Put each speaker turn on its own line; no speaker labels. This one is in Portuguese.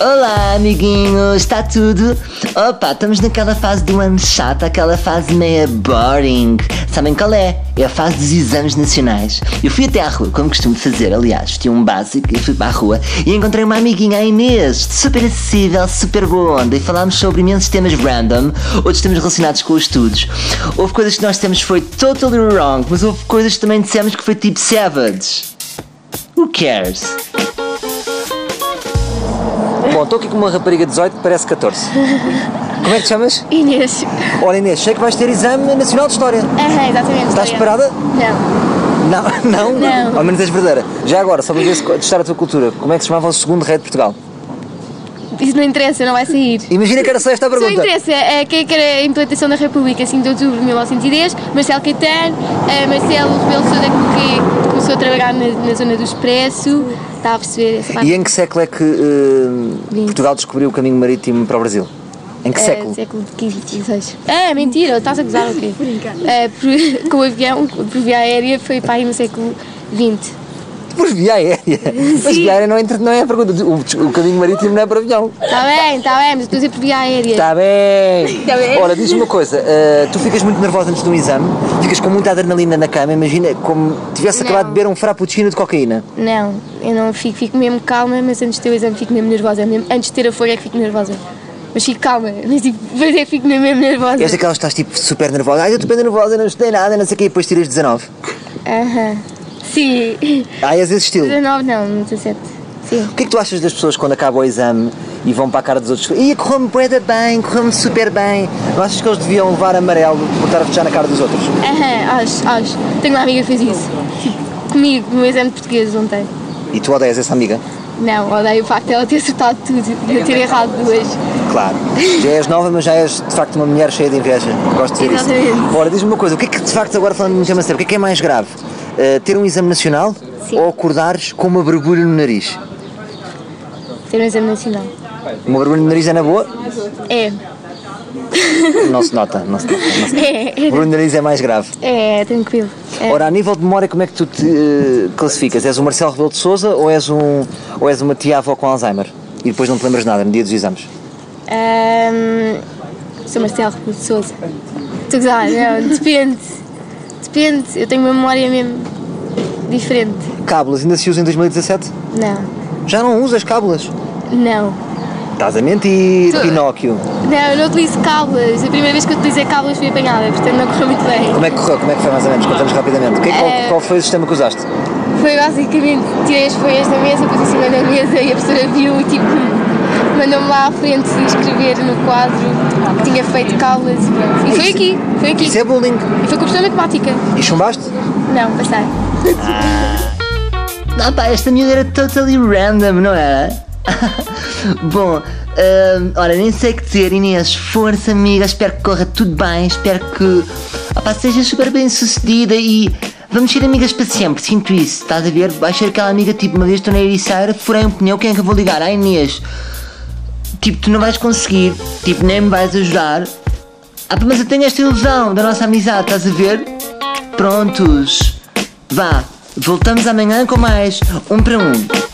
Olá, amiguinhos, está tudo? Opa, estamos naquela fase do ano chata, aquela fase meia boring. Sabem qual é? É a fase dos exames nacionais. Eu fui até à rua, como costumo fazer, aliás, tinha um básico e fui para a rua e encontrei uma amiguinha, a Inês, super acessível, super boa onda, e falámos sobre imensos temas random, outros temas relacionados com os estudos. Houve coisas que nós dissemos que foi totally wrong, mas houve coisas que também dissemos que foi tipo savage. Who cares? Bom, estou aqui com uma rapariga de 18 que parece 14. Como é que te chamas?
Inês.
Olha Inês, sei que vais ter exame nacional de história.
Aham,
Tá
exatamente. tá
Estás preparada?
Não.
Não, não?
Não.
Ao menos és verdadeira. Já agora, só para ver se testar a tua cultura, como é que se chamava o segundo rei de Portugal?
Isso não interessa, não vai sair.
Imagina que era só esta a
Só
pergunta.
interessa é quem quer a implantação da República, 5 de outubro de 1910, Marcelo Caetano, eh, Marcelo Rebelo de Sousa que começou a trabalhar na, na zona do Expresso, está a perceber essa parte?
E em que século é que eh,
Vinte.
Portugal descobriu o caminho marítimo para o Brasil? Em que
Eh,
século?
Século XV, XVI. Ah, mentira, estás a gozar o quê? Eh, por- com o avião, por via aérea, foi para aí no século XX.
Por via aérea. Mas via aérea não é, inter- não é a pergunta. O, o caminho marítimo não é para avião.
Está Tá bem, está bem, mas estou a dizer por via aérea.
Está bem.
Tá bem.
Ora, diz-me uma coisa. eh, tu ficas muito nervosa antes de um exame, ficas com muita adrenalina na cama. Imagina como tivesse
Não.
acabado de beber um frappuccino de cocaína.
Não, eu não fico, fico mesmo calma, mas antes de ter o exame fico mesmo nervosa. Mesmo, antes de ter a folha é que fico nervosa. Mas fico calma, mas tipo, mas é que fico mesmo nervosa.
És daquelas que estás tipo super nervosa. Ai, eu estou bem nervosa, não estudei nada, não sei o quê. E depois tiras 19.
Aham. Sim.
Ai, és esse estilo.
19 não, 17. Sim.
O que é que tu achas das pessoas quando acabam o exame e vão para a cara dos outros? Ih, correu-me bué da bem, correu-me super bem. Não achas que eles deviam levar amarelo por estar a fechar na cara dos outros?
Aham, acho, acho. Tenho uma amiga que fez isso. Tipo, comigo, no meu exame de português ontem.
E tu odeias essa amiga?
Não, odeio o facto dela ter acertado tudo e eu ter errado duas.
Claro. Já és nova, mas já és de facto uma mulher cheia de inveja. Gosto de ver isso.
Exatamente.
Ora, diz-me uma coisa, o que é que de facto, agora falando de um exame a sério, o que é que é mais grave? Eh, ter um exame nacional
Sim.
ou acordares com uma borbulha no nariz?
Ter um exame nacional.
Uma borbulha no nariz é na boa?
É,
Não se nota, não se nota. Não se nota.
é,
Borbulha no nariz é mais grave.
é, é tranquilo. É.
Ora, a nível de memória, como é que tu te eh, classificas? És o Marcelo Rebelo de Souza ou és, um, ou és uma tia-avó com Alzheimer? E depois não te lembras nada no dia dos exames?
Ahm, sou Ehm, Marcelo Rebelo de Sousa. Estou a gozar, não, é, depende. Depende, eu tenho uma memória mesmo diferente.
Cábulas, ainda se usa em 2017?
Não,
Já não usas cábulas?
não.
Estás a mentir,
Tu-
Pinóquio.
Não, eu não utilizo cábulas. A primeira vez que eu utilizei cábulas fui apanhada, portanto não correu muito bem.
Como é que correu? Como é que foi mais ou menos? Contamos rapidamente. O que é- qual,
Eh,
qual foi o sistema que usaste?
Foi basicamente, tirei as folhas da mesa, pus em cima da mesa e a professora viu e tipo mandou-me lá à frente escrever no quadro que tinha feito cábulas e pronto. E foi aqui, foi aqui.
Isso é bullying.
E foi com a professora de matemática.
E chumbaste?
Não, passei.
Ah pá, esta miúda era totally random, não era? Bom, hum, ora, nem sei o que dizer, Inês, força amiga, espero que corra tudo bem, espero que ah pá, sejas super bem sucedida e vamos ser amigas para sempre, sinto isso, estás a ver? Vais ser aquela amiga tipo, uma vez estou na Ericeira, furei um pneu, quem é que eu vou ligar? Ah Inês, tipo, tu não vais conseguir, tipo, nem me vais ajudar. Ah pá, mas eu tenho esta ilusão da nossa amizade, estás a ver? Prontos, vá, voltamos amanhã com mais um para um.